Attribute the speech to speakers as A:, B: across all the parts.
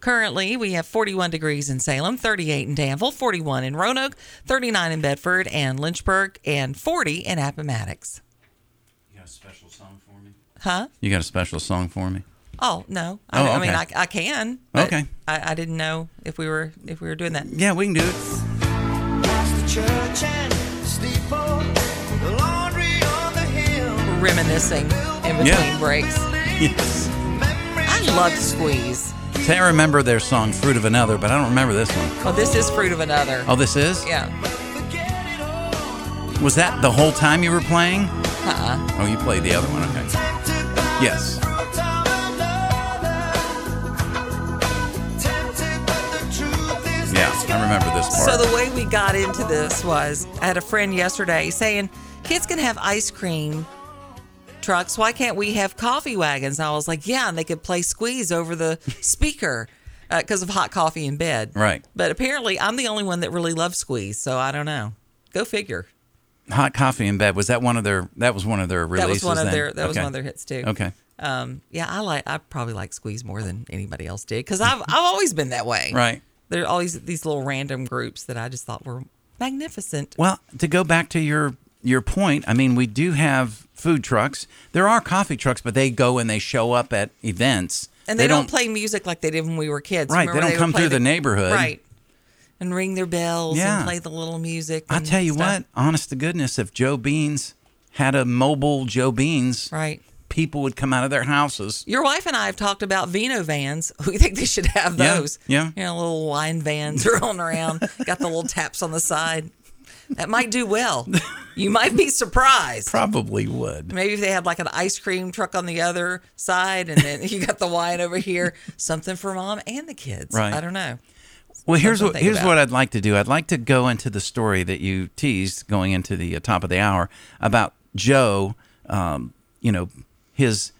A: Currently, we have 41 degrees in Salem, 38 in Danville, 41 in Roanoke, 39 in Bedford and Lynchburg, and 40 in Appomattox.
B: You got a special song for me?
A: Huh?
B: You got a special song for me?
A: Oh no! I,
B: Oh,
A: I mean, I,
B: okay.
A: I can. but
B: Okay.
A: I, I didn't know if we were if we were doing that.
B: Yeah, we can do it.
C: Past the church and the steeple, the laundry on the hill.
A: Reminiscing in between
B: Yeah.
A: breaks.
B: Yes.
A: I love Squeeze. Oh, this is fruit of another.
B: Oh, this is.
A: Yeah.
B: Was that the whole time you were playing?
A: Uh-uh.
B: Oh, you played the other one. Okay. Yes. Yeah, I remember this part.
A: So the way we got into this was I had a friend yesterday saying kids can have ice cream trucks. Why can't we have coffee wagons? And I was like, yeah, and they could play Squeeze over the speaker because of hot coffee in bed.
B: Right.
A: But apparently, I'm the only one that really loves Squeeze, so I don't know. Go figure.
B: Hot coffee in bed was that one of their? That was one of their
A: That
B: releases.
A: was one of
B: then?
A: their that was
B: Okay.
A: one of their hits too.
B: Okay.
A: Um, yeah, I like I probably like Squeeze more than anybody else did because I've I've always been that way.
B: Right.
A: There are always these little random groups that I just thought were magnificent.
B: Well, to go back to your your point, I mean, we do have food trucks. There are coffee trucks, but they go and they show up at events.
A: And they, don't, play music like they did when we were kids.
B: Right, they
A: Remember
B: don't
A: would
B: come
A: play
B: through the neighborhood.
A: Right. And ring their bells
B: Yeah.
A: and play the little music.
B: I
A: and
B: tell you
A: stuff.
B: what, honest to goodness, if Joe Beans had a mobile Joe Beans,
A: Right.
B: people would come out of their houses.
A: Your wife and I have talked about vino vans. We think they should have
B: Yeah,
A: those.
B: yeah.
A: You know, little wine vans rolling around, got the little taps on the side. That might do well. You might be surprised.
B: Probably would.
A: Maybe if they had like an ice cream truck on the other side and then you got the wine over here, something for mom and the kids.
B: Right.
A: I don't know.
B: Well, here's
A: Something to
B: what
A: think
B: here's
A: about.
B: what I'd like to do. I'd like to go into the story that you teased going into the uh, top of the hour about Joe. Um, you know, his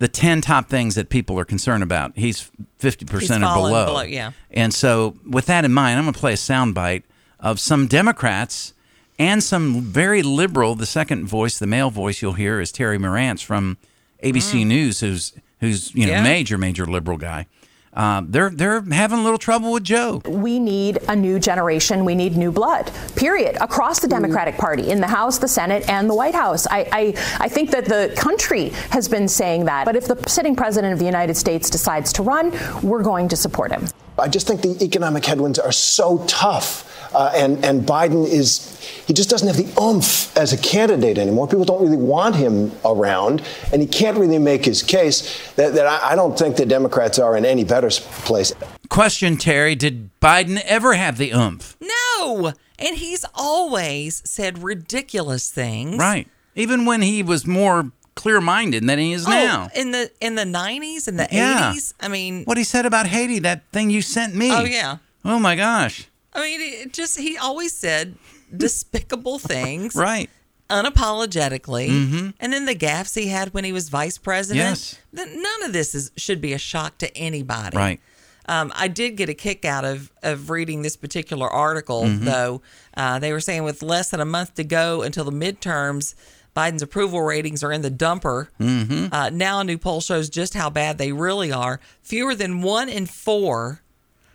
B: the ten top things that people are concerned about. He's fifty percent
A: He's
B: or
A: fallen
B: below.
A: below, yeah.
B: And so, with that in mind, I'm going to play a soundbite of some Democrats and some very liberal. The second voice, the male voice you'll hear, is Terry Morantz from ABC News, who's who's you know
A: Mm. Yeah.
B: major major liberal guy. Uh, they're they're having a little trouble with Joe.
D: We need a new generation. We need new blood, period, across the Democratic Party, in the House, the Senate, and the White House. I, I, I think that the country has been saying that. But if the sitting president of the United States decides to run, we're going to support him.
E: I just think the economic headwinds are so tough. Uh, and, and Biden is, he just doesn't have the oomph as a candidate anymore. People don't really want him around, and he can't really make his case that, that I, I don't think the Democrats are in any better s- place.
B: Question, Terry, did Biden ever have the oomph?
A: No. And he's always said ridiculous things.
B: Right. Even when he was more clear minded than he is
A: Oh,
B: now.
A: in the in the nineties and the
B: Yeah.
A: eighties. I mean
B: What he said about Haiti, that thing you sent me.
A: Oh, yeah.
B: Oh my gosh.
A: I mean it just he always said despicable things
B: Right. Mm-hmm.
A: unapologetically. And then the gaffes he had when he was vice president.
B: Yes.
A: Th- none of this is should be a shock to anybody.
B: Right.
A: Um, I did get a kick out of, of reading this particular article,
B: Mm-hmm.
A: though. Uh, they were saying with less than a month to go until the midterms, Biden's approval ratings are in the dumper.
B: Mm-hmm.
A: Uh, now, a new poll shows just how bad they really are. Fewer than one in four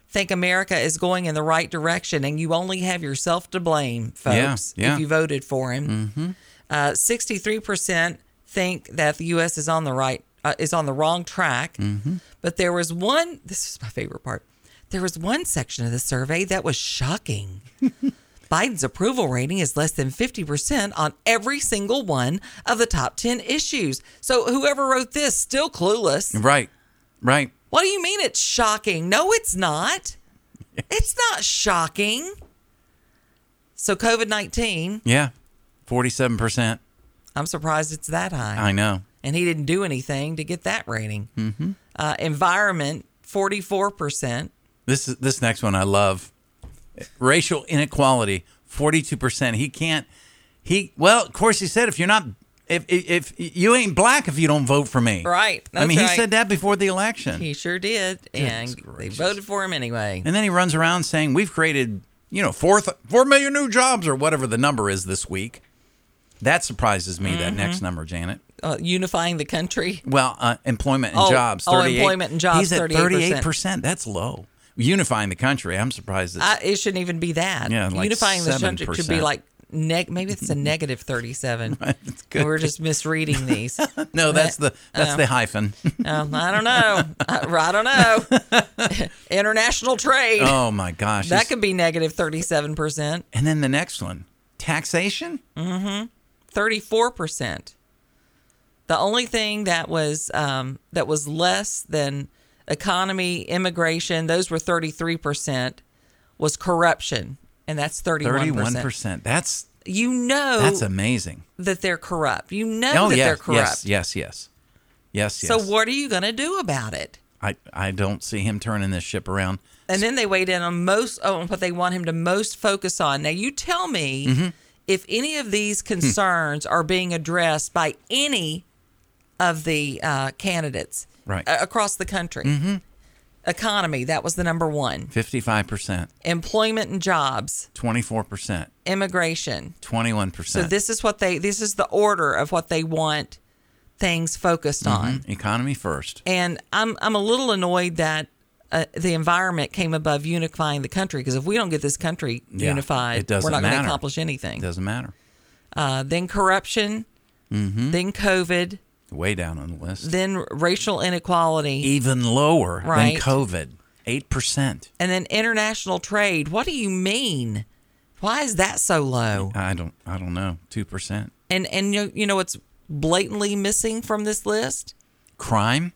A: think America is going in the right direction, and you only have yourself to blame,
B: Yeah,
A: folks,
B: yeah. Mm-hmm.
A: if you voted for him. Uh, 63% think that the U.S. is on the right uh, is on the wrong track.
B: Mm-hmm.
A: But there was one. This is my favorite part. There was one section of the survey that was shocking. Biden's approval rating is less than 50% on every single one of the top 10 issues. So whoever wrote this still clueless.
B: Right. Right.
A: What do you mean it's shocking? No, it's not. It's not shocking. So COVID-19,
B: Yeah. 47%.
A: I'm surprised it's that high.
B: I know.
A: and he didn't do anything to get that rating. Uh, environment, 44%.
B: This is this next one I love. Racial inequality, 42%. He can't he well, of course he said if you're not if, if, if you ain't black if you don't vote for me.
A: Right,
B: I mean,
A: that's
B: he
A: right.
B: said that before the election.
A: He sure did. And they
B: gracious.
A: voted for him anyway.
B: And then he runs around saying, "We've created, you know, four th- four million new jobs or whatever the number is this week." That surprises me. That next number, Janet.
A: uh, unifying the country.
B: Well, uh, employment and
A: Oh,
B: jobs.
A: oh,
B: 38
A: employment and jobs,
B: He's at
A: 38%.
B: 38%. That's low. Unifying the country. I'm surprised. It's,
A: I, it shouldn't even be that.
B: Yeah, like
A: unifying the subject should be
B: 7%.
A: like neg. Maybe it's a negative thirty-seven.
B: it's
A: And
B: good.
A: we're just misreading these.
B: no, that's the that's
A: uh,
B: the hyphen.
A: Um, I don't know. I, I don't know. International trade.
B: oh my gosh.
A: that
B: It's-
A: could be negative 37%,
B: and then the next one, taxation.
A: 34%. The only thing that was um, that was less than economy, immigration, those were 33% was corruption, and that's 31%.
B: 31%. That's
A: You know
B: that's amazing.
A: that they're corrupt. You know
B: Oh
A: that
B: yeah.
A: they're corrupt.
B: Yes, yes, yes. Yes, yes.
A: So what are you going to do about it?
B: I I don't see him turning this ship around.
A: And then they weighed in on most oh, on what they want him to most focus on. Now you tell me if any of these concerns are being addressed by any of the uh, candidates
B: Right.
A: a- across the country. Economy that was the number one.
B: 55%,
A: Employment and jobs,
B: 24%,
A: immigration.
B: 21%.
A: So this is what they this is the order of what they want things focused on.
B: economy first.
A: And I'm I'm a little annoyed that. Uh, the environment came above unifying the country because if we don't get this country
B: Yeah,
A: unified,
B: it doesn't
A: we're not going to
B: matter.
A: accomplish anything.
B: Doesn't matter.
A: Uh, then corruption,
B: Mm-hmm.
A: then COVID,
B: Way down on the list.
A: then racial inequality,
B: even lower
A: Right.
B: than COVID, eight percent.
A: and then international trade. What do you mean? Why is that so low?
B: I don't, I don't know, two percent.
A: And and you you know what's blatantly missing from this list?
B: Crime.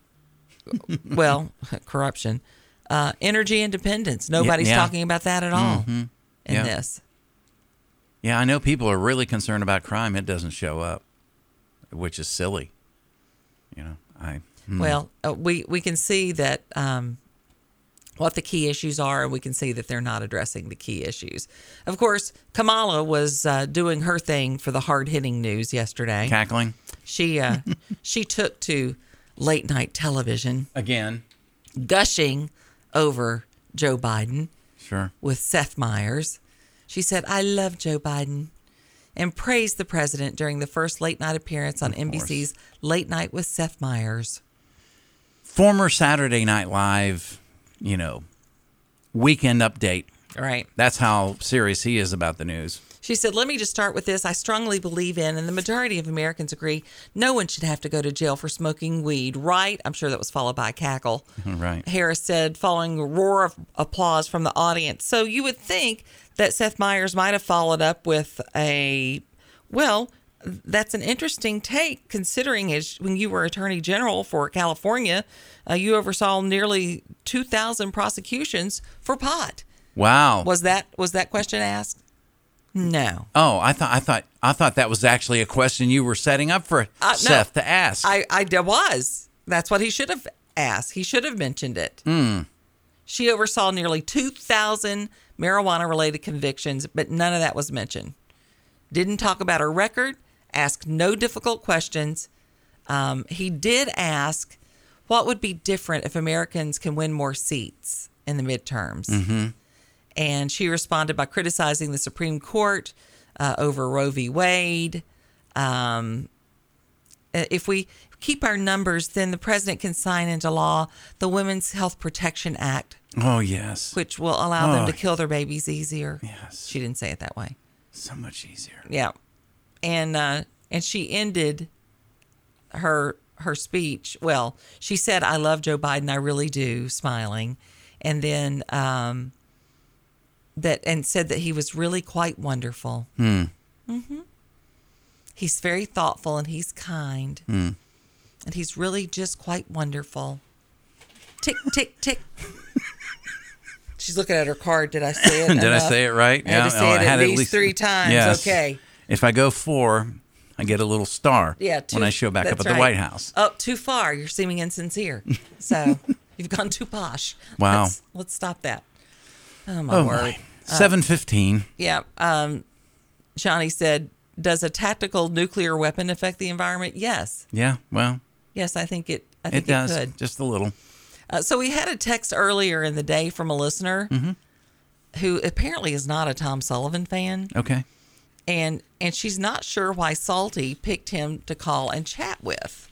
B: Mm-hmm.
A: Well, corruption, uh, energy independence. Nobody's
B: yeah. Mm-hmm.
A: talking about that at all in
B: Yeah.
A: this.
B: Yeah, I know people are really concerned about crime. It doesn't show up, which is silly. You know, I
A: Well, uh, we we can see that um, what the key issues are, and we can see that they're not addressing the key issues. Of course, Kamala was uh, doing her thing for the hard hitting news yesterday.
B: cackling
A: She uh, she took to late night television,
B: again.
A: gushing over Joe Biden
B: Sure.
A: with Seth Meyers. She said, "I love Joe Biden." And praised the president during the first late night appearance on NBC's Late Night with Seth Meyers.
B: Former Saturday Night Live, you know, weekend update.
A: All right.
B: That's how serious he is about the news.
A: She said, Let me just start with this. I strongly believe in, and the majority of Americans agree, no one should have to go to jail for smoking weed, right? I'm sure that was followed by a cackle.
B: Right.
A: Harris said, following a roar of applause from the audience. So you would think that Seth Meyers might have followed up with a, well, that's an interesting take considering as when you were attorney general for California, uh, you oversaw nearly 2,000 prosecutions for pot.
B: Wow.
A: Was that was that question asked? No.
B: oh, I thought, I thought, I thought that was actually a question you were setting up for
A: Uh, no.
B: Seth to ask.
A: I, I d- was. That's what he should have asked. He should have mentioned it. She oversaw nearly 2,000 marijuana related convictions, but none of that was mentioned. Didn't talk about her record, asked no difficult questions. Um, he did ask what would be different if Americans can win more seats in the midterms. And she responded by criticizing the Supreme Court uh, over Roe v. Wade. Uh, if we keep our numbers, then the president can sign into law the Women's Health Protection Act,
B: oh yes.
A: which will allow them
B: Oh.
A: to kill their babies easier.
B: Yes.
A: She didn't say it that way.
B: so much easier.
A: Yeah. And uh, and she ended her her speech. Well, she said, "I love Joe Biden. I really do." Smiling, and then um, that and said that he was really quite wonderful. Hmm. Mm-hmm. He's very thoughtful and he's kind,
B: Hmm.
A: and he's really just quite wonderful. Tick tick tick. She's looking at her card. Did I say it?
B: Did I
A: enough?
B: say it right? Oh,
A: I had to say it at least three times.
B: Yes.
A: Okay.
B: If I go four, I get a little star.
A: Yeah, too,
B: when I show back up
A: that's
B: at the
A: right.
B: White House.
A: Oh, too far. You're seeming insincere. So you've gone too posh.
B: Wow.
A: Let's, let's stop that. Oh my
B: Oh
A: word.
B: my. Seven fifteen.
A: Yeah. Um, Johnny said, "Does a tactical nuclear weapon affect the environment?" Yes.
B: Yeah. Well,
A: Yes, I think it. I think
B: it
A: it,
B: does.
A: could.
B: Just a little.
A: Uh, so we had a text earlier in the day
B: Mm-hmm.
A: from a listener who apparently is not a Tom Sullivan fan.
B: Okay.
A: and and she's not sure why Salty picked him to call and chat with.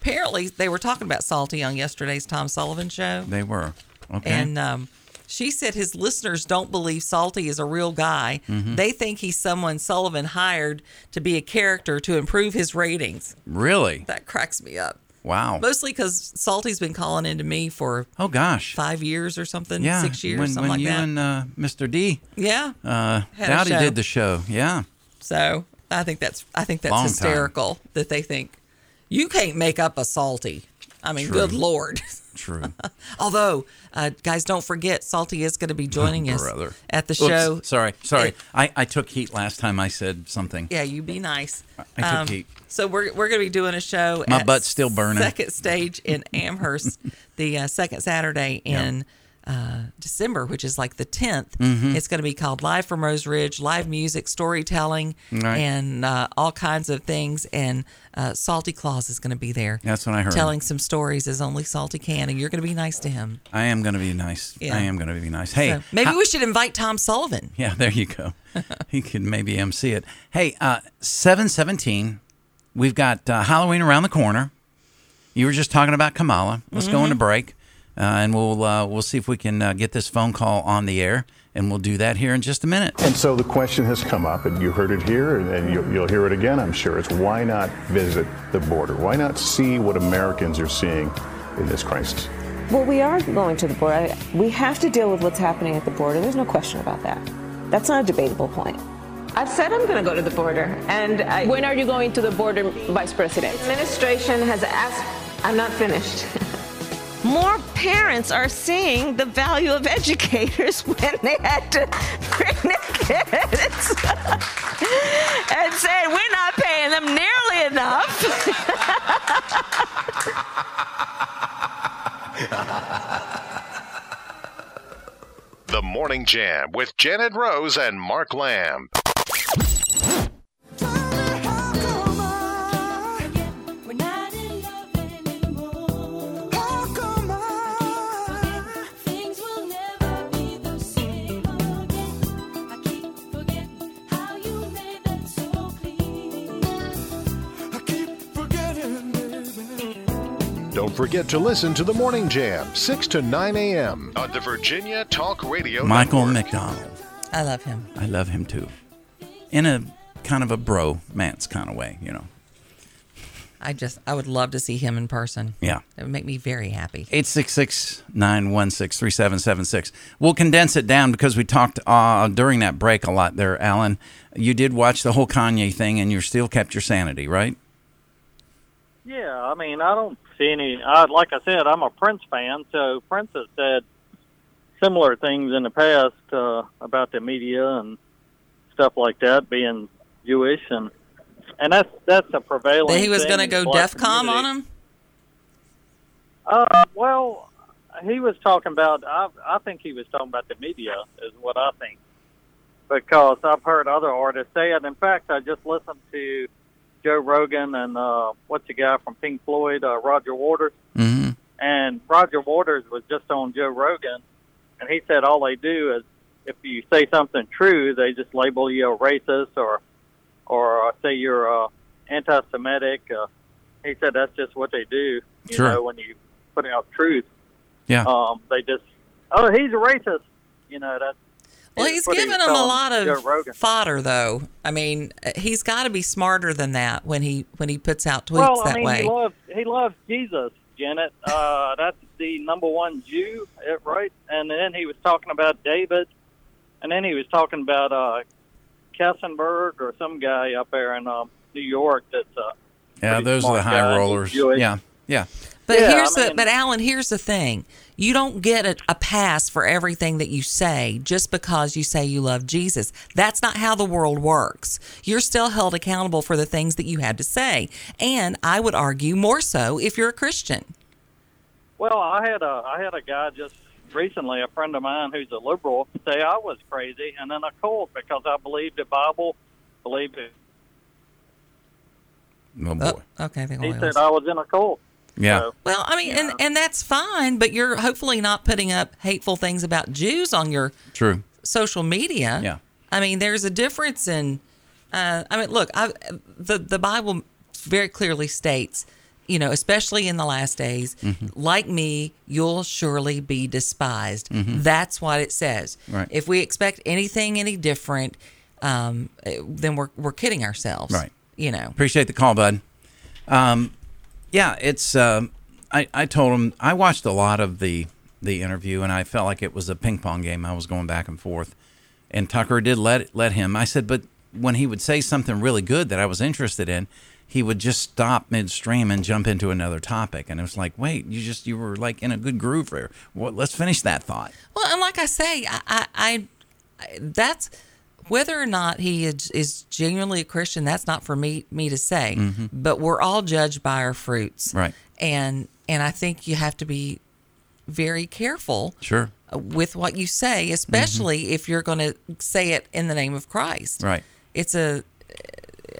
A: Apparently, they were talking about Salty on yesterday's Tom Sullivan show,
B: They were. Okay.
A: and um, she said his listeners don't believe Salty is a real guy.
B: Mm-hmm.
A: They think he's someone Sullivan hired to be a character to improve his ratings.
B: really?
A: That cracks me up.
B: Wow.
A: Mostly because Salty's been calling into me for
B: Oh gosh.
A: five years or something,
B: yeah.
A: six years,
B: when,
A: something
B: when
A: like
B: you
A: that.
B: and uh, Mr. D
A: yeah.
B: uh,
A: Had a
B: Dowdy
A: show.
B: did the show. Yeah.
A: So I think that's I think that's
B: Long time.
A: hysterical that they think you can't make up a salty. I mean, good lord.
B: True.
A: Although, uh, guys, don't forget, Salty is going to be joining us
B: Brother.
A: at the
B: Oops,
A: show.
B: sorry. Sorry.
A: It-
B: I, I took heat last time I said something.
A: yeah, you be nice. Um,
B: I took heat.
A: So we're we're going to be doing a show.
B: My
A: at
B: butt's still burning.
A: Second stage in Amherst, the uh, second Saturday in uh, December, which is like the 10th
B: Mm-hmm.
A: It's going to be called Live from Rose Ridge, live music, storytelling,
B: Right.
A: and uh, all kinds of things. And uh, Salty Claus is going to be there.
B: That's what I heard.
A: Telling some stories as only Salty can, and you're going to be nice to him.
B: I am going to be nice.
A: Yeah.
B: I am going to be nice. Hey,
A: So maybe
B: how-
A: we should invite Tom Sullivan.
B: Yeah, there you go. he could maybe MC it. Hey, uh, seven seventeen. We've got uh, Halloween around the corner. You were just talking about Kamala. Let's go
A: Mm-hmm.
B: into break, uh, and we'll uh, we'll see if we can uh, get this phone call on the air, and we'll do that here in just a minute.
F: And so the question has come up, and you heard it here, and, and you'll, you'll hear it again, I'm sure. It's why not visit the border? Why not see what Americans are seeing in this crisis?
G: Well, we are going to the border. I- We have to deal with what's happening at the border. There's no question about that. That's not a debatable point.
H: I've said I'm going to go to the border, and I,
I: When are you going to the border, Vice President?
H: administration has asked. I'm not finished. More parents are seeing the value of educators when they had to bring their kids and said, We're not paying them nearly enough.
F: The Morning Jam with Janet Rose and Mark Lamb. Don't forget to listen to The Morning Jam, 6 to 9 a.m. on the Virginia Talk Radio
B: Michael
F: Network.
B: McDonald.
A: I love him.
B: I love him too, in a kind of a bro man's kind of way, you know.
A: I just I would love to see him in person.
B: Yeah.
A: It would make me very happy.
B: 866-916-3776. We'll condense it down because we talked uh, during that break a lot there, Alan. You did watch the whole Kanye thing and you still kept your sanity, right?
J: Yeah, I mean, I don't see any. I, like I said, I'm a Prince fan, so Prince has said similar things in the past uh, about the media and stuff like that, being Jewish and and that's that's a prevailing.
A: That he was going
J: thing
A: to
J: in
A: go
J: the black
A: DEFCON on
J: community.
A: him.
J: Uh, well, he was talking about. I I think he was talking about the media, is what I think, because I've heard other artists say it. In fact, I just listened to Joe Rogan and uh, what's the guy from Pink Floyd, uh, Roger Waters,
B: Mhm.
J: and Roger Waters was just on Joe Rogan, and he said all they do is if you say something true, they just label you a racist or or uh, say you're uh, anti-Semitic. Uh, he said that's just what they do. You
B: Sure.
J: know, when you put out truth,
B: Yeah.
J: um, they just oh he's a racist. You know that's
A: Well,
J: that's
A: he's
J: what he
A: giving
J: was
A: him a
J: telling
A: lot
J: Joe Rogan.
A: of fodder, though. I mean, uh, he's got to be smarter than that when he when he puts out tweets
J: Well, I
A: that
J: mean,
A: way.
J: he loves he loves Jesus, Janet. Uh, that's the number one Jew, eh, right? And then he was talking about David, and then he was talking about uh, Kessenberg or some guy up there in um, New York. That's uh,
B: yeah,
J: pretty
B: those are the
J: smart
B: high
J: guy,
B: rollers.
J: Jewish.
B: Yeah. Yeah.
A: but
J: yeah, I
A: here's the
J: mean-
A: but Alan, here's the thing: you don't get a, a pass for everything that you say just because you say you love Jesus. That's not how the world works. You're still held accountable for the things that you had to say, and I would argue more so if you're a Christian.
J: Well, I had a I had a guy just recently, a friend of mine who's a liberal, say I was crazy, and then I called because I believed the Bible, believed it.
B: Oh, boy.
A: Oh, okay, they
J: He
A: oils.
J: said I was in a cult.
B: yeah.
J: Uh, So,
A: Well, I mean, and, and that's fine, but you're hopefully not putting up hateful things about Jews on your
B: True.
A: social media.
B: Yeah.
A: I mean, there's a difference in Uh, I mean, look, I, the the Bible very clearly states, you know, especially in the last days,
B: Mhm.
A: like me, you'll surely be despised.
B: Mhm.
A: That's what it says.
B: Right.
A: If we expect anything any different, um, eh, then we're we're kidding ourselves.
B: Right.
A: You know.
B: Appreciate the call, bud. Um, yeah, it's. um I I told him I watched a lot of the the interview, and I felt like it was a ping pong game. I was going back and forth, and Tucker did let let him. I said, but when he would say something really good that I was interested in, he would just stop midstream and jump into another topic, and it was like, wait, you just you were like in a good groove there. Well, let's finish that thought.
A: Well, and like I say, I, I, I I- that's whether or not he is, is genuinely a Christian. That's not for me me to say.
B: Mhm.
A: But we're all judged by our fruits,
B: Right.
A: And and I think you have to be very careful
B: Sure.
A: with what you
B: Mm-hmm.
A: say, especially if you're going to say it in the name of Christ.
B: Right.
A: It's a,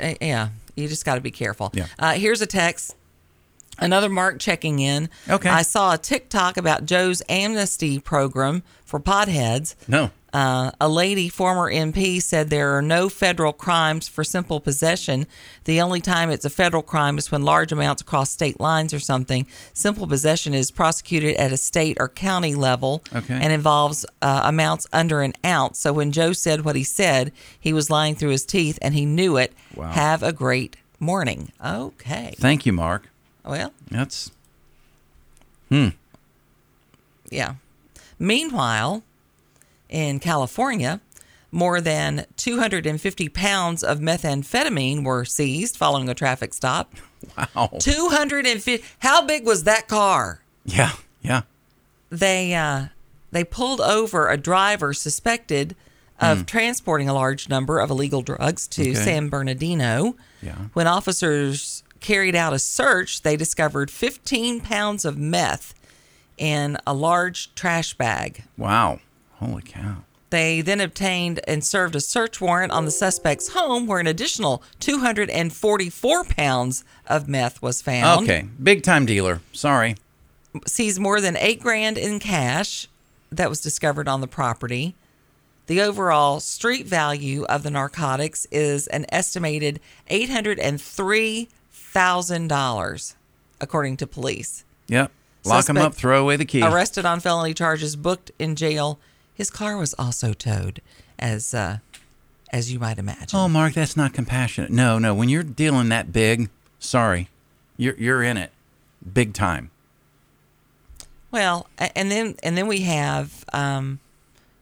A: uh, yeah. You just got to be careful.
B: Yeah.
A: Uh, here's a text. Another Mark checking in. Okay. I saw a TikTok about Joe's amnesty program for potheads.
B: No.
A: Uh, a lady, former MP, said there are no federal crimes for simple possession. The only time it's a federal crime is when large amounts cross state lines or something. Simple possession is prosecuted at a state or county level
B: Okay.
A: and involves uh, amounts under an ounce. So when Joe said what he said, he was lying through his teeth and he knew it.
B: Wow.
A: Have a great morning. Okay.
B: Thank you, Mark.
A: Well,
B: That's. Hmm.
A: Yeah. Meanwhile, in California, more than 250 pounds of methamphetamine were seized following a traffic stop.
B: Wow.
A: 250. How big was that car?
B: Yeah. Yeah.
A: They uh, they pulled over a driver suspected of
B: Hmm.
A: transporting a large number of illegal drugs to
B: Okay.
A: San Bernardino.
B: Yeah.
A: When officers carried out a search, they discovered 15 pounds of meth in a large trash bag.
B: Wow. Holy cow.
A: They then obtained and served a search warrant on the suspect's home where an additional 244 pounds of meth was found.
B: Okay. Big time dealer. Sorry.
A: Seized more than eight grand in cash that was discovered on the property. The overall street value of the narcotics is an estimated $803,000, according to police.
B: Yep. Lock him up,
A: Suspect
B: throw away the key.
A: Arrested on felony charges, booked in jail. His car was also towed, as uh, as you might imagine.
B: Oh, Mark, that's not compassionate. No, no. When you're dealing that big, sorry, you're, you're in it big time.
A: Well, a- and then and then we have, um,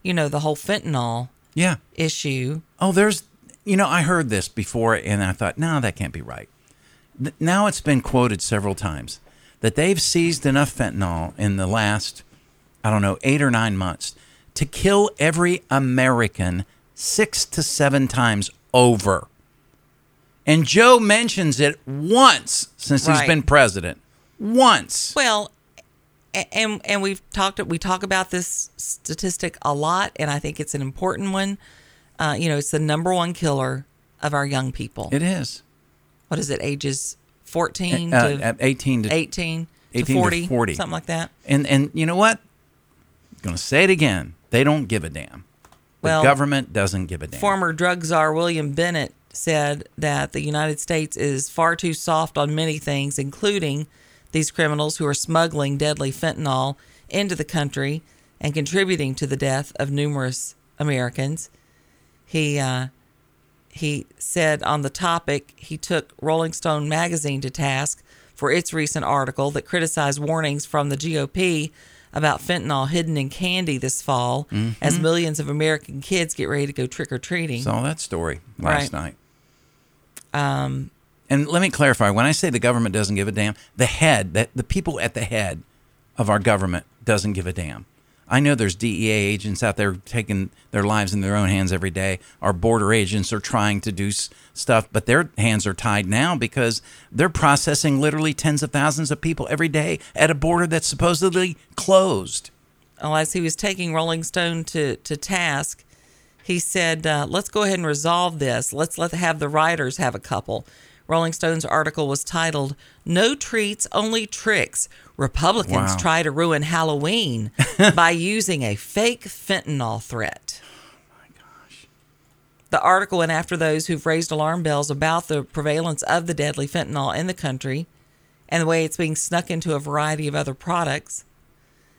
A: you know, the whole fentanyl
B: Yeah.
A: issue.
B: Oh, there's, you know, I heard this before and I thought, no, that can't be right. Th- now it's been quoted several times that they've seized enough fentanyl in the last, I don't know, eight or nine months to kill every American six to seven times over. And Joe mentions it once since
A: Right.
B: he's been president. Once.
A: Well, a- and and we've talked we talk about this statistic a lot, and I think it's an important one. Uh, you know, it's the number one killer of our young people.
B: It is.
A: What is it? Ages fourteen
B: Uh,
A: to
B: uh, 18 to
A: 18 to
B: 18 to
A: 40,
B: 40.
A: something like that.
B: And and you know what? I'm gonna say it again. They don't give a damn. The
A: Well,
B: government doesn't give a damn.
A: Former drug czar William Bennett said that the United States is far too soft on many things, including these criminals who are smuggling deadly fentanyl into the country and contributing to the death of numerous Americans. He uh, he said on the topic he took Rolling Stone magazine to task for its recent article that criticized warnings from the GOP about fentanyl hidden in candy this fall as
B: Mhm.
A: millions of American kids get ready to go trick or treating.
B: Saw that story
A: Right.
B: last night.
A: Um,
B: And let me clarify. When I say the government doesn't give a damn, the head that the people at the head of our government doesn't give a damn. I know there's DEA agents out there taking their lives in their own hands every day. Our border agents are trying to do s- stuff, but their hands are tied now because they're processing literally tens of thousands of people every day at a border that's supposedly closed.
A: well, as he was taking Rolling Stone to, to task, he said, uh, "Let's go ahead and resolve this. Let's let have the writers have a couple." Rolling Stone's article was titled "No Treats, Only Tricks." Republicans
B: Wow.
A: try to ruin Halloween by using a fake fentanyl threat. The article went after those who've raised alarm bells about the prevalence of the deadly fentanyl in the country and the way it's being snuck into a variety of other products.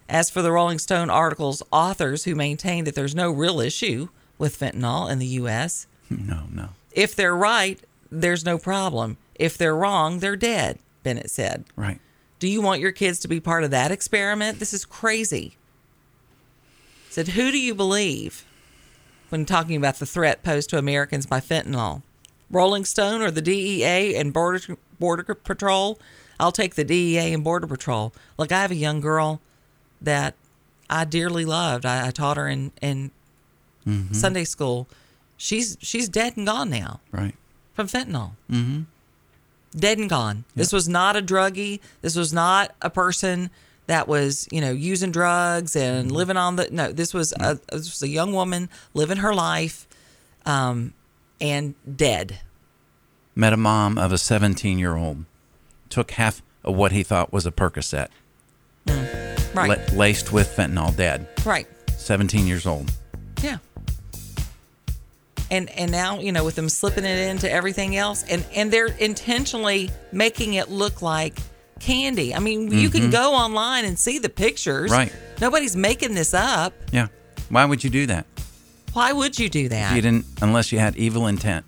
A: As for the Rolling Stone article's authors who maintain that there's no real issue with fentanyl in the U.S.,
B: No, no.
A: if they're right, there's no problem. If they're wrong, they're dead, Bennett said.
B: Right.
A: Do you want your kids to be part of that experiment? This is crazy. Said, who do you believe when talking about the threat posed to Americans by fentanyl? Rolling Stone or the DEA and Border, Border Patrol? I'll take the DEA and Border Patrol. Look, I have a young girl that I dearly loved. I, I taught her in, in
B: Mhm.
A: Sunday school. She's she's dead and gone now
B: Right.
A: from fentanyl.
B: Mm-hmm.
A: dead and gone. This was not a druggie. This was not a person that was, you know, using drugs
B: Mm-hmm.
A: and living on the. No, this was a this was a young woman living her life, um, and dead.
B: Met a mom of a 17 year old, took half of what he thought was a Percocet,
A: Right.
B: la- laced with fentanyl, dead.
A: right.
B: 17 years old.
A: Yeah. And and now you know with them slipping it into everything else, and and they're intentionally making it look like candy. I mean, you can
B: Mhm.
A: go online and see the pictures.
B: Right.
A: Nobody's making this up.
B: Yeah. Why would you do that?
A: Why would you do that?
B: If you didn't, unless you had evil intent.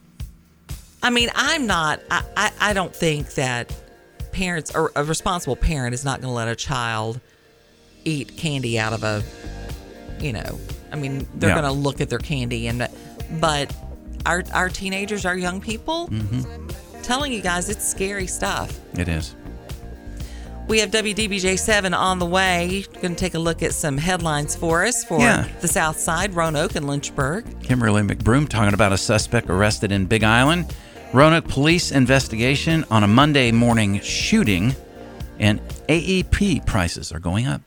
A: I mean, I'm not. I, I, I don't think that parents or a responsible parent is not going to let a child eat candy out of a. You know, I mean, they're
B: Yeah.
A: going to look at their candy and, but our our teenagers, our young people,
B: Mhm.
A: telling you guys, it's scary stuff.
B: It is.
A: We have WDBJ7 on the way. Going to take a look at some headlines for us for
B: Yeah.
A: the South Side, Roanoke, and Lynchburg.
B: Kimberly McBroom talking about a suspect arrested in Big Island. Roanoke police investigation on a Monday morning shooting, and AEP prices are going up.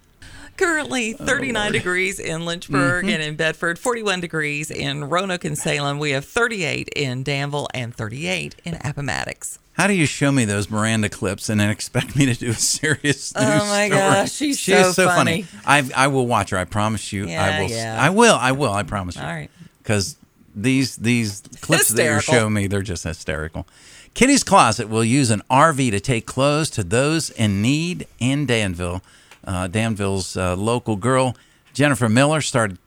A: Currently 39 degrees in Lynchburg
B: Mhm.
A: and in Bedford, 41 degrees in Roanoke and Salem. We have 38 in Danville and 38 in Appomattox.
B: How do you show me those Miranda clips and then expect me to do a serious?
A: Oh
B: news
A: my
B: story?
A: gosh, she's
B: she is
A: so
B: so funny. I I will watch her. I promise you.
A: Yeah,
B: I will.
A: yeah.
B: I will. I will. I promise you.
A: All right.
B: Because these these clips that you're
A: Hysterical.
B: showing me, they're just hysterical. Kitty's Closet will use an RV to take clothes to those in need in Danville. Uh, Danville's uh, local girl Jennifer Miller started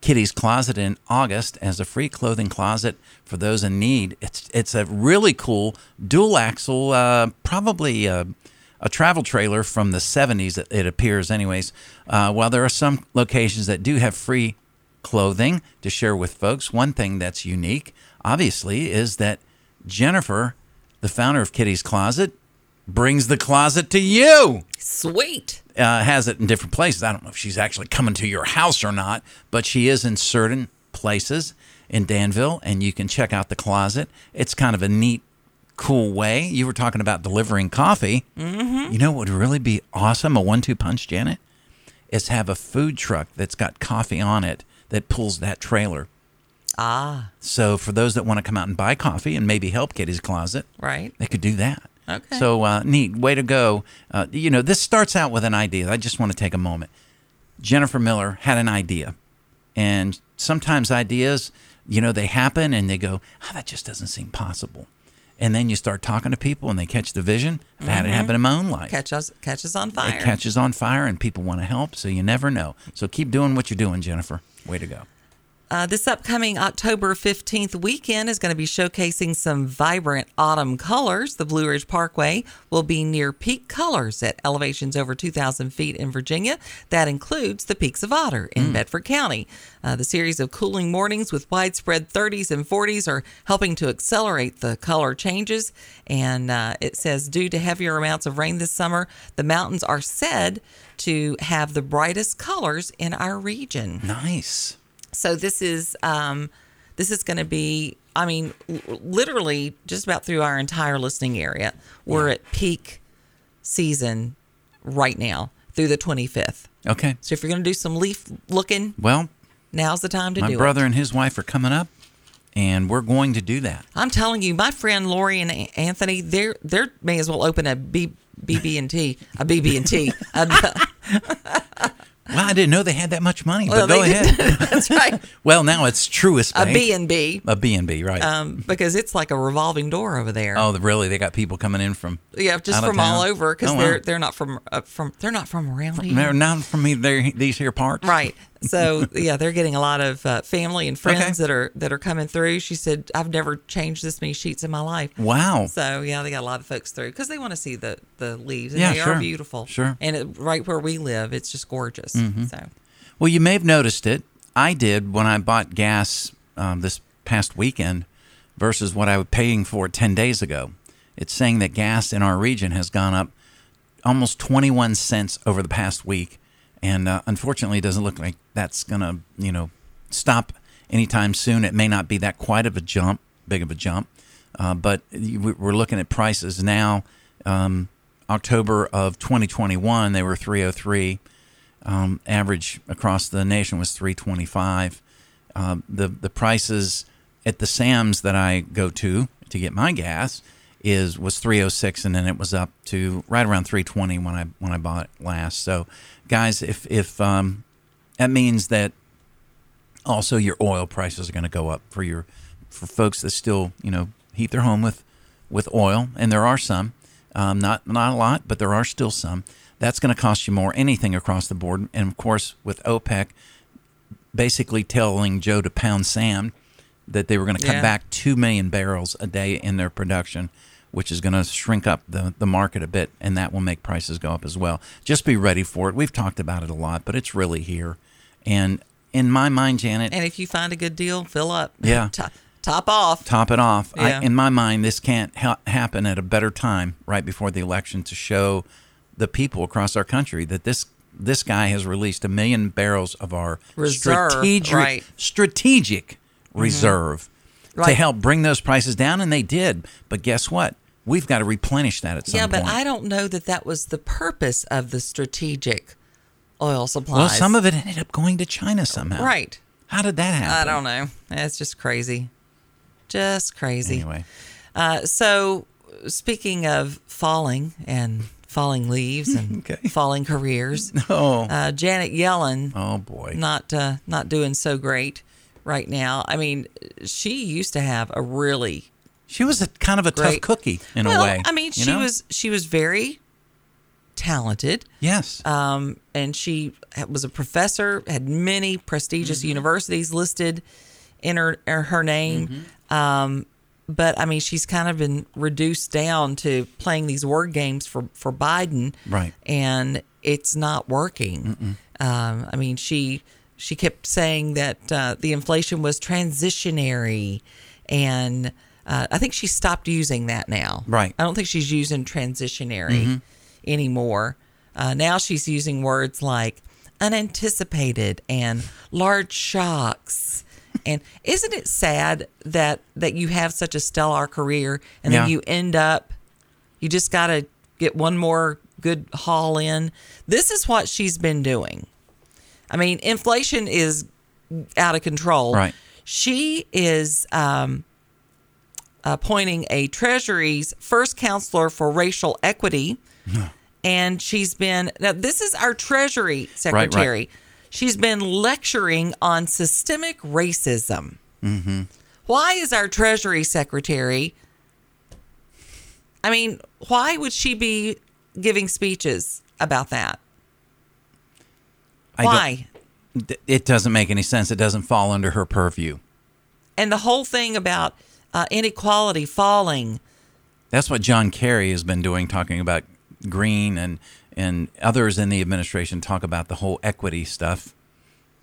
B: Kitty's Closet in August as a free clothing closet for those in need. It's it's a really cool dual axle, uh, probably uh, a travel trailer from the 70s. It, it appears, anyways. Uh, while there are some locations that do have free clothing to share with folks, one thing that's unique, obviously, is that Jennifer, the founder of Kitty's Closet, brings the closet to you
A: Sweet.
B: uh, has it in different places. I don't know if she's actually coming to your house or not, but she is in certain places in Danville, and you can check out the closet. It's kind of a neat, cool way. You were talking about delivering coffee. Mm-hmm. You know what would really be awesome? A one two punch, Janet? Is have a food truck that's got coffee on it that pulls that trailer.
A: Ah,
B: So for those that want to come out and buy coffee and maybe help Kitty's Closet,
A: right.
B: they could do that.
A: Okay.
B: So uh, neat. Way to go. Uh, you know, this starts out with an idea. I just want to take a moment. Jennifer Miller had an idea, and sometimes ideas, you know, they happen and they go, oh, that just doesn't seem possible. And then you start talking to people and they catch the vision. I've had it
A: Mhm.
B: happen in my own life.
A: Catch us catch us on fire.
B: It catches on fire and people want to help, so you never know. So keep doing what you're doing, Jennifer. Way to go.
A: Uh, this upcoming October 15th weekend is going to be showcasing some vibrant autumn colors. The Blue Ridge Parkway will be near peak colors at elevations over 2,000 feet in Virginia. That includes the Peaks of Otter in Bedford County. Uh, the series of cooling mornings with widespread 30s and 40s are helping to accelerate the color changes. And uh, it says, due to heavier amounts of rain this summer, the mountains are said to have the brightest colors in our region.
B: Nice.
A: So this is um, this is going to be. I mean, l- literally, just about through our entire listening area, we're at peak season right now through the 25th.
B: Okay.
A: So if you're going to do some leaf looking,
B: Well,
A: now's the time to
B: my
A: do
B: brother
A: it.
B: and his wife are coming up, and we're going to do that.
A: I'm telling you, my friend Lori and A- Anthony, they're they are may as well open a B BB and T, a BB and T, a,
B: Well, I didn't know they had that much money,
A: Well,
B: but go
A: they did-
B: ahead.
A: That's right.
B: Well, now it's Truist
A: A
B: Bank.
A: B and B,
B: A B&B, right.
A: um, because it's like a revolving door over there.
B: oh, really? They got people coming in from
A: yeah, just
B: out of
A: from all
B: town?
A: over because
B: Oh, wow.
A: they're they're not from uh, from they're not from around here.
B: They're not from me- they're- these here parts.
A: Right. So yeah, they're getting a lot of uh, family and friends that are that are coming through. She said, "I've never changed this many sheets in my life."
B: Wow.
A: So yeah, they got a lot of folks through because they want to see the the leaves and
B: Yeah,
A: they
B: sure.
A: are beautiful.
B: Sure. Mm-hmm.
A: And it, right where we live, it's just gorgeous. So
B: Well, you may have noticed it. I did when I bought gas um, this past weekend versus what I was paying for 10 days ago. It's saying that gas in our region has gone up almost 21 cents over the past week. And uh, unfortunately, it doesn't look like that's going to, you know, stop anytime soon. It may not be that quite of a jump, big of a jump. Uh, but you- we- we're looking at prices now. Um, October of 2021, they were 303 um, average across the nation was 325 um, the the prices at the Sam's that I go to to get my gas is was 306 and then it was up to right around 320 when I when I bought it last so guys if if um, that means that also your oil prices are going to go up for your for folks that still you know heat their home with with oil and there are some um, not not a lot but there are still some that's going to cost you more anything across the board and of course with opec basically telling joe to pound sand that they were going to cut
A: Yeah.
B: back 2 million barrels a day in their production which is going to shrink up the, the market a bit and that will make prices go up as well just be ready for it we've talked about it a lot but it's really here and in my mind janet
A: and if you find a good deal, fill up.
B: Yeah.
A: top, top off.
B: top it off.
A: Yeah.
B: I, in my mind, this can't ha- happen at a better time, right before the election, to show the people across our country that this this guy has released a million barrels of our
A: Reserve,
B: strategic
A: right. Mm-hmm.
B: strategic reserve to
A: Right.
B: help bring those prices down, and they did. But guess what? We've got to replenish that at some
A: Yeah, but
B: point.
A: I don't know that that was the purpose of the strategic oil supplies.
B: well, some of it ended up going to China somehow.
A: right.
B: How did that
A: I
B: happen?
A: don't know. It's just crazy, just crazy.
B: Anyway,
A: Uh, so, speaking of falling and falling leaves and
B: Okay.
A: falling careers,
B: oh,
A: uh, Janet Yellen,
B: oh boy.
A: not uh, not doing so great right now. I mean, she used to have a really
B: she was a kind of a tough
A: great
B: cookie in
A: well,
B: a way.
A: I mean,
B: you
A: she
B: know?
A: was she was very talented.
B: yes.
A: Um, and she was a professor, had many prestigious
B: Mm-hmm.
A: universities listed in her er, her name.
B: Mm-hmm.
A: Um, but I mean, she's kind of been reduced down to playing these word games for for Biden,
B: Right.
A: And it's not working. Um, I mean, she she kept saying that uh, the inflation was transitionary, and uh, I think she stopped using that now.
B: Right.
A: I don't think she's using transitionary anymore. Uh, now she's using words like unanticipated and large shocks. And isn't it sad that that you have such a stellar career and then
B: Yeah.
A: you end up you just got to get one more good haul in. This is what she's been doing. I mean, inflation is out of control.
B: Right.
A: She is um, appointing a Treasury's first counselor for racial equity. and she's been, now, this is our Treasury
B: right.
A: Secretary. She's been lecturing on systemic racism.
B: Mm-hmm.
A: Why is our Treasury Secretary? I mean, why would she be giving speeches about that?
B: I don't-
A: why?
B: d- it doesn't make any sense. It doesn't fall under her purview.
A: And the whole thing about uh, inequality falling.
B: That's what John Kerry has been doing, talking about Green and and others in the administration talk about the whole equity stuff.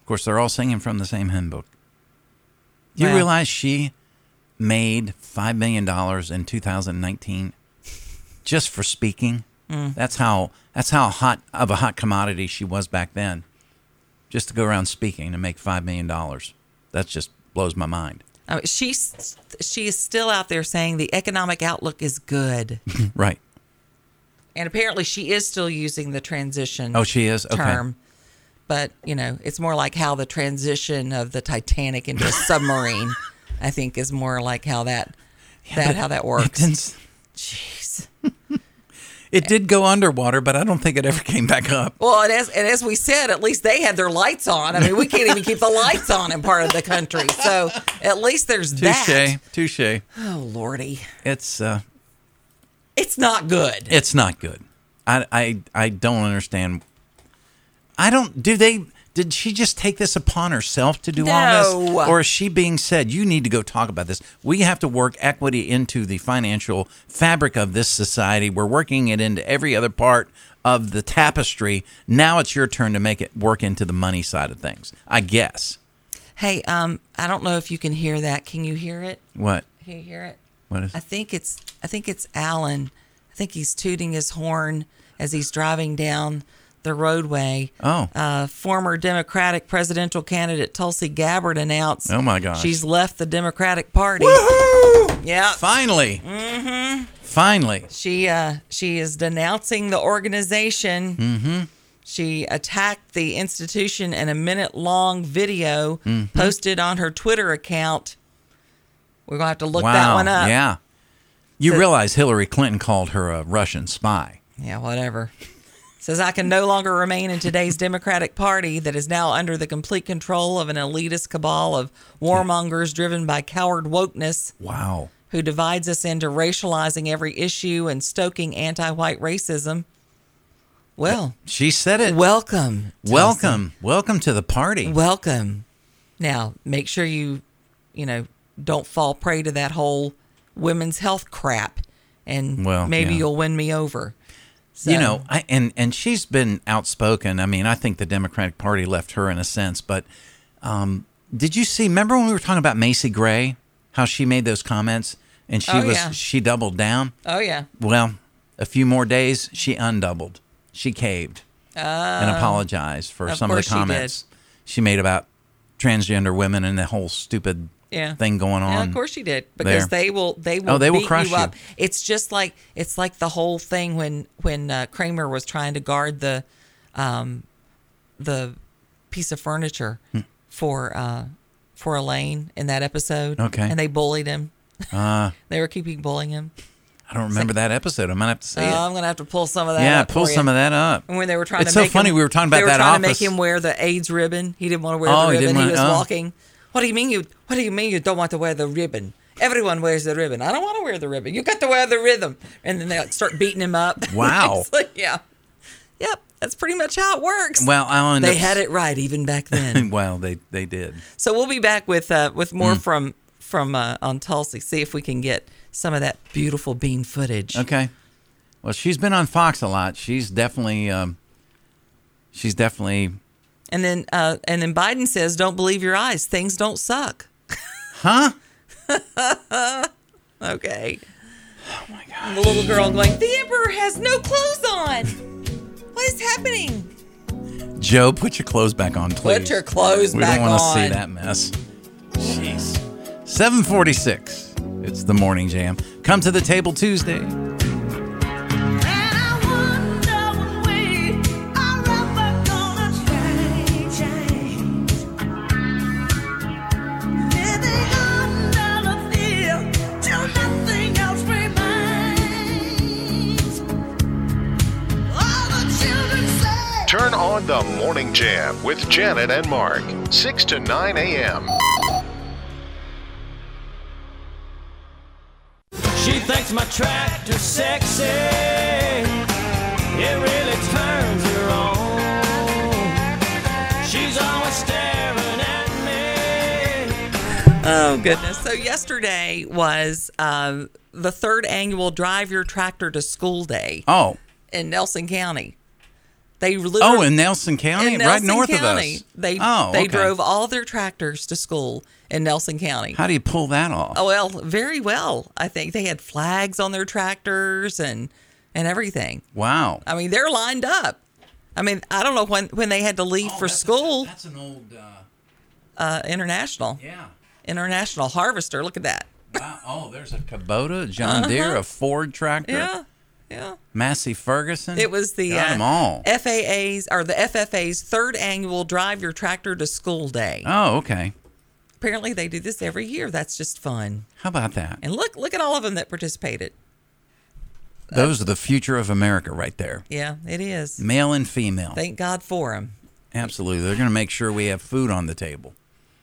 B: Of course, they're all singing from the same hymn book. You
A: Wow.
B: realize she made five million dollars in 2019 just for speaking. That's how that's how hot of a hot commodity she was back then. Just to go around speaking and make five million dollars. That just blows my mind.
A: I mean, uh, she's she is still out there saying the economic outlook is good,
B: Right.
A: and apparently she is still using the transition.
B: Oh, she is? Okay.
A: term. But you know, it's more like how the transition of the Titanic into a submarine. I think is more like how that that
B: but
A: how that
B: It
A: works.
B: didn't, s-
A: Jeez.
B: It did go underwater, but I don't think it ever came back up.
A: Well, and as and as we said, at least they had their lights on. I mean, we can't even keep the lights on in part of the country. So at least there's that.
B: Touche, touche.
A: Oh lordy,
B: It's uh,
A: it's not good.
B: it's not good. I, I I don't understand. I don't. Do they? Did she just take this upon herself to do all
A: No.
B: this, or is she being said you need to go talk about this? We have to work equity into the financial fabric of this society. We're working it into every other part of the tapestry. Now it's your turn to make it work into the money side of things. I guess.
A: Hey, um, I don't know if you can hear that. Can you hear it?
B: What?
A: Can you hear it?
B: What is?
A: I think it's I think it's Alan. I think he's tooting his horn as he's driving down the roadway.
B: Oh.
A: Uh, former Democratic presidential candidate Tulsi Gabbard announced.
B: Oh, my gosh.
A: She's left the Democratic Party. Yeah.
B: Finally.
A: Mm-hmm.
B: Finally.
A: She uh, she is denouncing the organization. Mm-hmm. She attacked the institution in a minute long video posted on her Twitter account. We're gonna have to look that one up.
B: Yeah. You
A: So-
B: realize Hillary Clinton called her a Russian spy.
A: Yeah, whatever. Says I can no longer remain in today's Democratic Party that is now under the complete control of an elitist cabal of warmongers driven by coward wokeness
B: Wow.
A: who divides us into racializing every issue and stoking anti-white racism. Well,
B: She said it.
A: welcome. Tulsi.
B: welcome. Welcome to the party.
A: Welcome. Now, make sure you, you know, don't fall prey to that whole women's health crap and
B: Well,
A: maybe
B: yeah.
A: you'll win me over. So,
B: You know, I, and and she's been outspoken. I mean, I think the Democratic Party left her in a sense, but um, did you see? Remember when we were talking about Macy Gray, how she made those comments and she
A: Oh,
B: was
A: yeah.
B: she doubled down.
A: Oh yeah.
B: Well, a few more days, she undoubled. She caved and apologized for
A: Oh. of
B: some of the
A: course she did.
B: comments she, made about transgender women and the whole stupid
A: Yeah.
B: thing going on.
A: Yeah, of course you did because
B: there.
A: they will they will
B: Oh, they will
A: beat
B: crush
A: you up.
B: you.
A: It's just like it's like the whole thing when when uh, Kramer was trying to guard the um the piece of furniture
B: Hmm.
A: for uh for Elaine in that episode.
B: Okay. Ah.
A: and they bullied him. they were keeping bullying him.
B: I don't remember that episode. I might have to see
A: Oh,
B: it.
A: I'm gonna have to pull some of that.
B: yeah,
A: up
B: pull
A: for you.
B: some of that up.
A: And when they were trying
B: it's
A: to
B: so
A: make
B: funny.
A: him-
B: we were talking
A: they
B: about
A: were
B: that
A: trying
B: office.
A: to make him wear the AIDS ribbon. He didn't want to wear the
B: Oh, he
A: ribbon.
B: didn't
A: He,
B: want-
A: was
B: oh.
A: walking. What do you mean you? What do you mean you don't want to wear the ribbon? Everyone wears the ribbon. I don't want to wear the ribbon. You got to wear the rhythm. And then they like, start beating him up.
B: Wow.
A: It's like, yeah. Yep. That's pretty much how it works.
B: well, I
A: they had it right even back then.
B: Well, they they did.
A: so we'll be back with uh, with
B: Mm.
A: more from from uh, on Tulsi. See if we can get some of that beautiful bean footage.
B: Okay. Well, she's been on Fox a lot. She's definitely um, she's definitely
A: And then uh, and then Biden says, "Don't believe your eyes. Things don't suck." Huh? okay. Oh my god. The little girl going, "The emperor has no clothes on. What is happening?
B: Joe, put your clothes back on, please.
A: Put your clothes
B: we
A: back
B: don't want
A: on."
B: to see that mess. Jeez. 746. It's the morning jam. Come to the table Tuesday.
F: Turn on the Morning Jam with Janet and Mark, 6 to 9 a.m.
C: She thinks my tractor sexy. It really turns her on. She's always staring at me.
A: Oh goodness. So yesterday was um, the third annual Drive Your Tractor to School Day
B: Oh.
A: in Nelson County. They literally
B: Oh, in Nelson County,
A: in
B: right
A: Nelson
B: north
A: County,
B: of us.
A: They
B: oh,
A: they
B: okay.
A: drove all their tractors to school in Nelson County.
B: How do you pull that off?
A: Oh, well, very well. I think they had flags on their tractors and and everything.
B: Wow.
A: I mean, they're lined up. I mean, I don't know when when they had to leave for school.
B: that's an old. Uh,
A: uh, international,
B: yeah.
A: international harvester. Look at that.
B: Wow. Oh, there's a Kubota, a John Deere, a Ford tractor,
A: Uh-huh. Yeah, yeah.
B: Massey Ferguson.
A: It was the
B: Got
A: uh,
B: 'em all.
A: FAA's or the FFA's third annual Drive Your Tractor to School Day.
B: oh, okay.
A: Apparently, they do this every year. That's just fun.
B: How about that?
A: And look, look at all of them that participated.
B: Those are the future of America right there.
A: Yeah, it is.
B: Male and female.
A: Thank God for him.
B: Absolutely. They're going to make sure we have food on the table.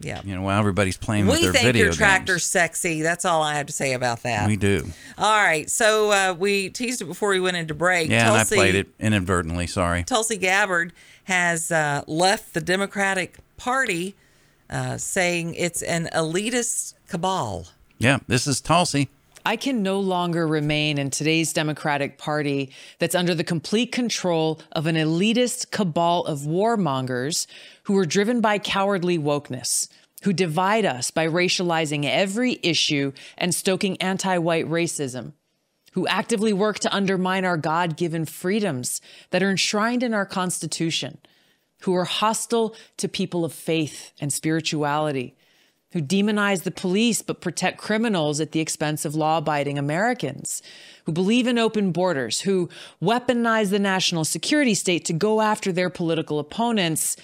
A: Yeah.
B: You know, while everybody's playing with
A: We
B: their
A: think
B: video
A: your tractor's
B: games.
A: sexy. That's all I have to say about that.
B: We do.
A: All right. So uh, we teased it before we went into break.
B: Yeah, and I
A: Tulsi-
B: played it inadvertently. Sorry.
A: Tulsi Gabbard has uh, left the Democratic Party, uh, saying it's an elitist cabal.
B: Yeah, this is Tulsi.
K: I can no longer remain in today's Democratic Party that's under the complete control of an elitist cabal of warmongers who are driven by cowardly wokeness, who divide us by racializing every issue and stoking anti white racism, who actively work to undermine our God given freedoms that are enshrined in our Constitution, who are hostile to people of faith and spirituality who demonize the police but protect criminals at the expense of law abiding Americans, who believe in open borders, who weaponize the national security state to go after their political opponents,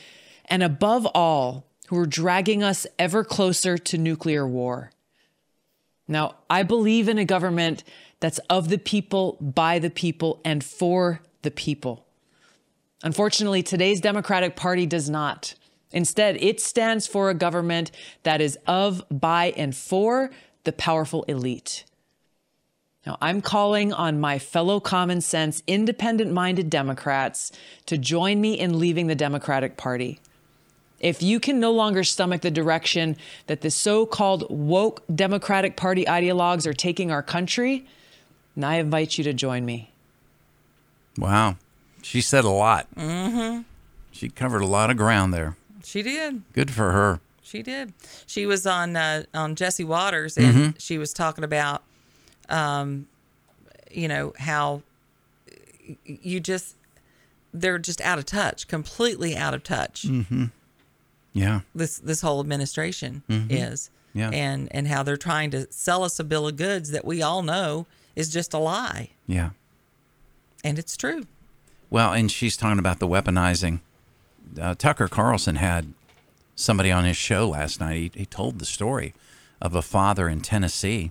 K: and above all, who are dragging us ever closer to nuclear war. Now, I believe in a government that's of the people, by the people, and for the people. Unfortunately, today's Democratic Party does not. Instead, it stands for a government that is of, by, and for the powerful elite. Now, I'm calling on my fellow common sense, independent minded Democrats to join me in leaving the Democratic Party. If you can no longer stomach the direction that the so called woke Democratic Party ideologues are taking our country, then I invite you to join me.
B: Wow. She said a lot.
A: Mm-hmm.
B: She covered a lot of ground there.
A: She did.
B: Good for her.
A: She did. She was on uh, on Jesse Waters, and
B: Mhm.
A: she was talking about, um, you know how you just they're just out of touch, completely out of touch.
B: Mm-hmm. Yeah.
A: This this whole administration
B: Mhm.
A: is,
B: Yeah.
A: and and how they're trying to sell us a bill of goods that we all know is just a lie,
B: Yeah.
A: and it's true.
B: Well, and she's talking about the weaponizing. Uh, Tucker Carlson had somebody on his show last night. He, he told the story of a father in Tennessee.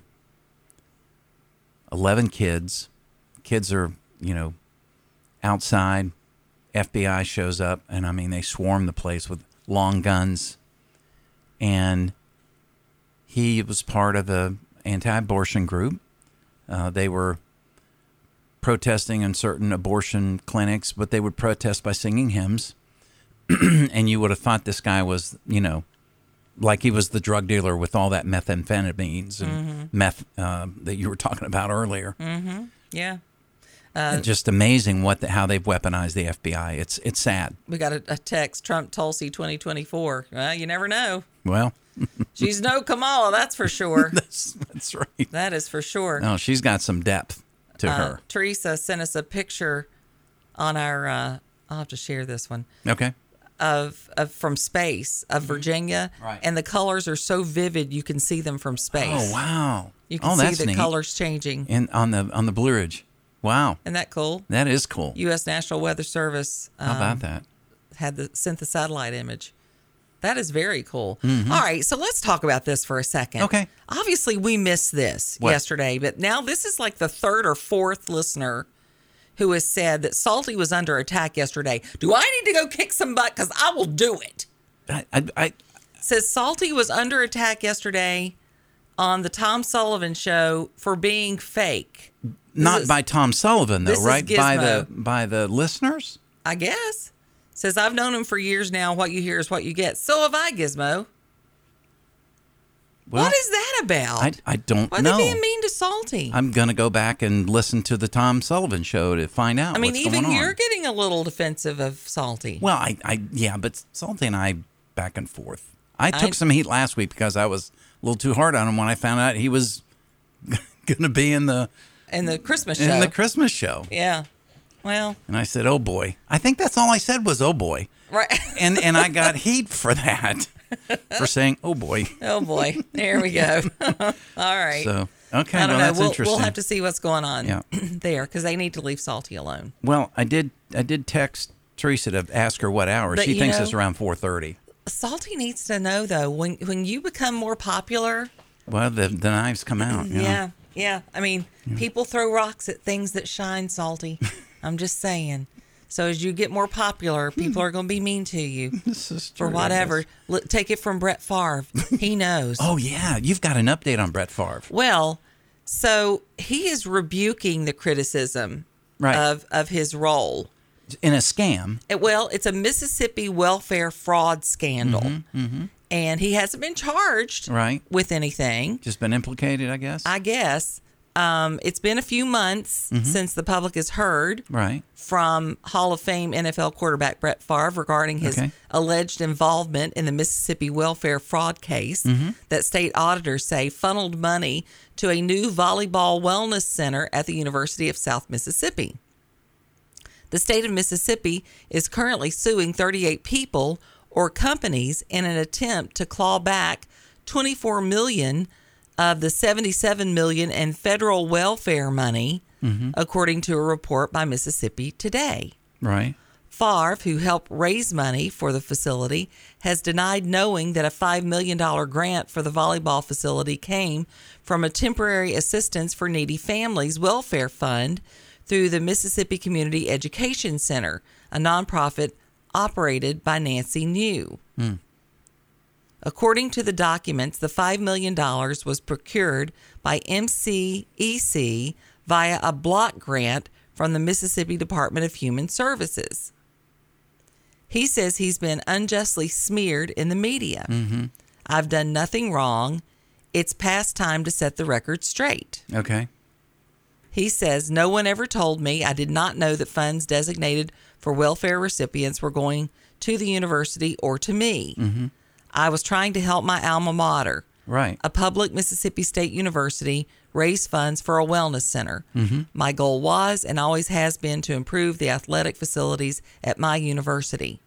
B: 11 kids. Kids are, you know, outside. FBI shows up, and I mean, they swarm the place with long guns. And he was part of a anti-abortion group. Uh, they were protesting in certain abortion clinics, but they would protest by singing hymns. and you would have thought this guy was, you know, like he was the drug dealer with all that methamphetamines and
A: Mhm.
B: meth uh, that you were talking about earlier.
A: Mm-hmm. Yeah.
B: And
A: Uh,
B: just amazing what the, how they've weaponized the FBI. It's it's sad.
A: we got a, a text Trump Tulsi 2024. Well, you never know.
B: Well,
A: She's no Kamala, that's for sure.
B: that's, that's right.
A: That is for sure.
B: oh, she's got some depth to
A: Uh,
B: her.
A: Teresa sent us a picture on our. Uh, I'll have to share this one
B: Okay.
A: of of from space of Virginia,
B: Mm-hmm. Right.
A: and the colors are so vivid you can see them from space.
B: Oh wow!
A: You can
B: oh,
A: see
B: that's
A: the
B: neat.
A: colors changing.
B: in on the on the Blue Ridge. Wow,
A: Isn't that cool?
B: that is cool.
A: U.S. National Weather Service.
B: How
A: um,
B: about that?
A: Had the sent the satellite image. That is very cool.
B: Mhm.
A: All right, so let's talk about this for a second.
B: Okay.
A: Obviously, we missed this
B: What?
A: yesterday, but now this is like the third or fourth listener who has said that Salty was under attack yesterday. Do I need to go kick some butt? Because I will do it.
B: I, I, I
A: Says Salty was under attack yesterday on the Tom Sullivan show for being fake.
B: not by Tom Sullivan though,
A: this is
B: right? By the
A: Gizmo.
B: by the listeners.
A: I guess. Says, I've known him for years now. What you hear is what you get. So have I, Gizmo.
B: Well,
A: what is that about?
B: I I don't
A: Why are
B: know.
A: they being mean to Salty?
B: I'm gonna go back and listen to the Tom Sullivan show to find out.
A: I mean,
B: what's
A: even
B: going on.
A: you're getting a little defensive of Salty.
B: Well, I, I yeah, but Salty and I back and forth. I
A: I-
B: took some heat last week because I was a little too hard on him when I found out he was gonna be in the
A: in the Christmas
B: in
A: show.
B: the Christmas show.
A: yeah. Well,
B: And I said, "Oh boy." I think that's all I said was, "Oh boy."
A: right.
B: And and I got heat for that for saying, "Oh boy."
A: oh boy, there we go. All right.
B: So, okay,
A: I don't
B: well,
A: know.
B: that's
A: we'll,
B: interesting.
A: We'll have to see what's going on
B: Yeah.
A: there because they need to leave Salty alone.
B: Well, I did I did text Teresa to ask her what hour.
A: But
B: she
A: you
B: thinks
A: know-
B: it's around 4:30.
A: Salty needs to know though when when you become more popular.
B: Well, the, the knives come out, you know.
A: Yeah. Yeah, I mean, people throw rocks at things that shine, Salty. I'm just saying. So as you get more popular, people
B: Hmm.
A: are going to be mean to you
B: this is
A: for
B: true, I
A: whatever.
B: guess.
A: Look, take it from Brett Favre. He knows.
B: Oh yeah, you've got an update on Brett Favre.
A: Well, so he is rebuking the criticism
B: Right.
A: of of his role.
B: In a scam.
A: It- well, it's a Mississippi welfare fraud scandal,
B: Mm-hmm.
A: and he hasn't been charged
B: Right.
A: with anything.
B: Just been implicated, I guess.
A: I guess um, it's been a few months
B: Mhm.
A: since the public has heard
B: right.
A: from Hall of Fame NFL quarterback Brett Favre regarding his
B: Okay.
A: alleged involvement in the Mississippi welfare fraud case
B: Mhm.
A: that state auditors say funneled money to a new volleyball wellness center at the University of South Mississippi. The state of Mississippi is currently suing 38 people or companies in an attempt to claw back 24 million of the 77 million in federal welfare money,
B: Mhm.
A: according to a report by Mississippi Today.
B: Right.
A: Favre, who helped raise money for the facility, has denied knowing that a $5 million grant for the volleyball facility came from a temporary assistance for needy families welfare fund through the Mississippi Community Education Center, a nonprofit operated by Nancy New.
B: Mm.
A: According to the documents, the $5 million was procured by MCEC via a block grant from the Mississippi Department of Human Services. He says he's been unjustly smeared in the media.
B: Mhm.
A: I've done nothing wrong. It's past time to set the record straight.
B: Okay.
A: He says, No one ever told me. I did not know that funds designated for welfare recipients were going to the university or to me.
B: Mhm.
A: I was trying to help my alma mater,
B: Right.
A: a public Mississippi State University, raise funds for a wellness center.
B: Mhm.
A: My goal was and always has been to improve the athletic facilities at my university.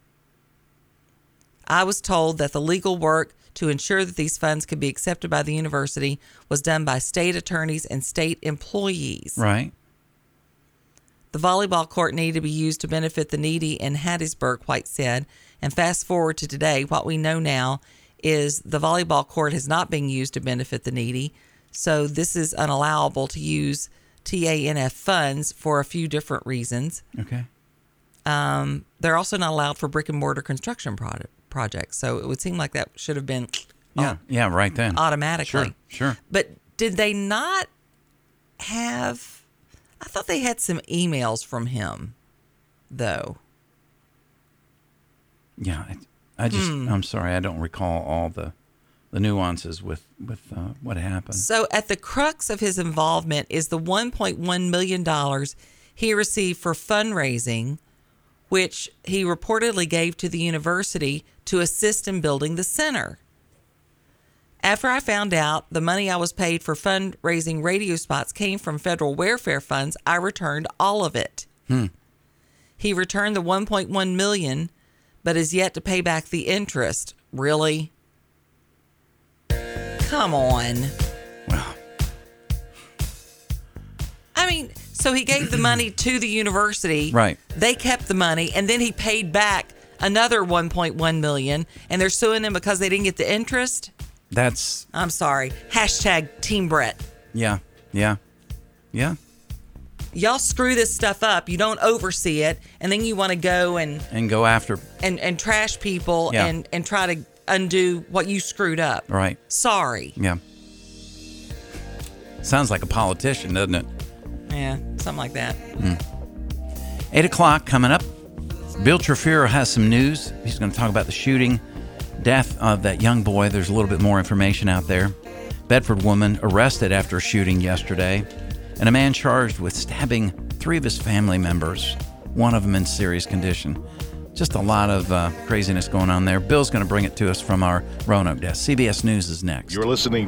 A: I was told that the legal work to ensure that these funds could be accepted by the university was done by state attorneys and state employees.
B: Right.
A: The volleyball court needed to be used to benefit the needy in Hattiesburg, White said. And fast forward to today, what we know now is the volleyball court has not been used to benefit the needy. So this is unallowable to use TANF funds for a few different reasons.
B: Okay.
A: Um, they're also not allowed for brick and mortar construction product, projects. So it would seem like that should have been.
B: Yeah. yeah. Right then.
A: Oh. automatically.
B: Sure. Sure.
A: But did they not have? I thought they had some emails from him, though.
B: Yeah. I, I just.
A: Hmm.
B: I'm sorry. I don't recall all the, the nuances with with uh, what happened.
A: So, at the crux of his involvement is the $1.1 million he received for fundraising, which he reportedly gave to the university to assist in building the center. After I found out the money I was paid for fundraising radio spots came from federal welfare funds, I returned all of it.
B: Hmm.
A: He returned the 1.1 million, but is yet to pay back the interest. Really? Come on. Well. I mean, so he gave the money to the university.
B: Right.
A: They kept the money and then he paid back another 1.1 million and they're suing him because they didn't get the interest.
B: That's.
A: I'm sorry. Hashtag Team Brett.
B: Yeah. Yeah. Yeah.
A: Y'all screw this stuff up. You don't oversee it, and then you want to go and
B: And go after.
A: and and trash people
B: Yeah.
A: and and try to undo what you screwed up.
B: Right.
A: Sorry.
B: Yeah. Sounds like a politician, doesn't it?
A: Yeah, something like that.
B: Hmm. Eight o'clock coming up. Bill Trefiro has some news. He's going to talk about the shooting, death of that young boy. There's a little bit more information out there. Bedford woman arrested after a shooting yesterday, and a man charged with stabbing three of his family members, one of them in serious condition. Just a lot of uh, craziness going on there. Bill's going to bring it to us from our Roanoke desk. CBS News is next.
F: You're listening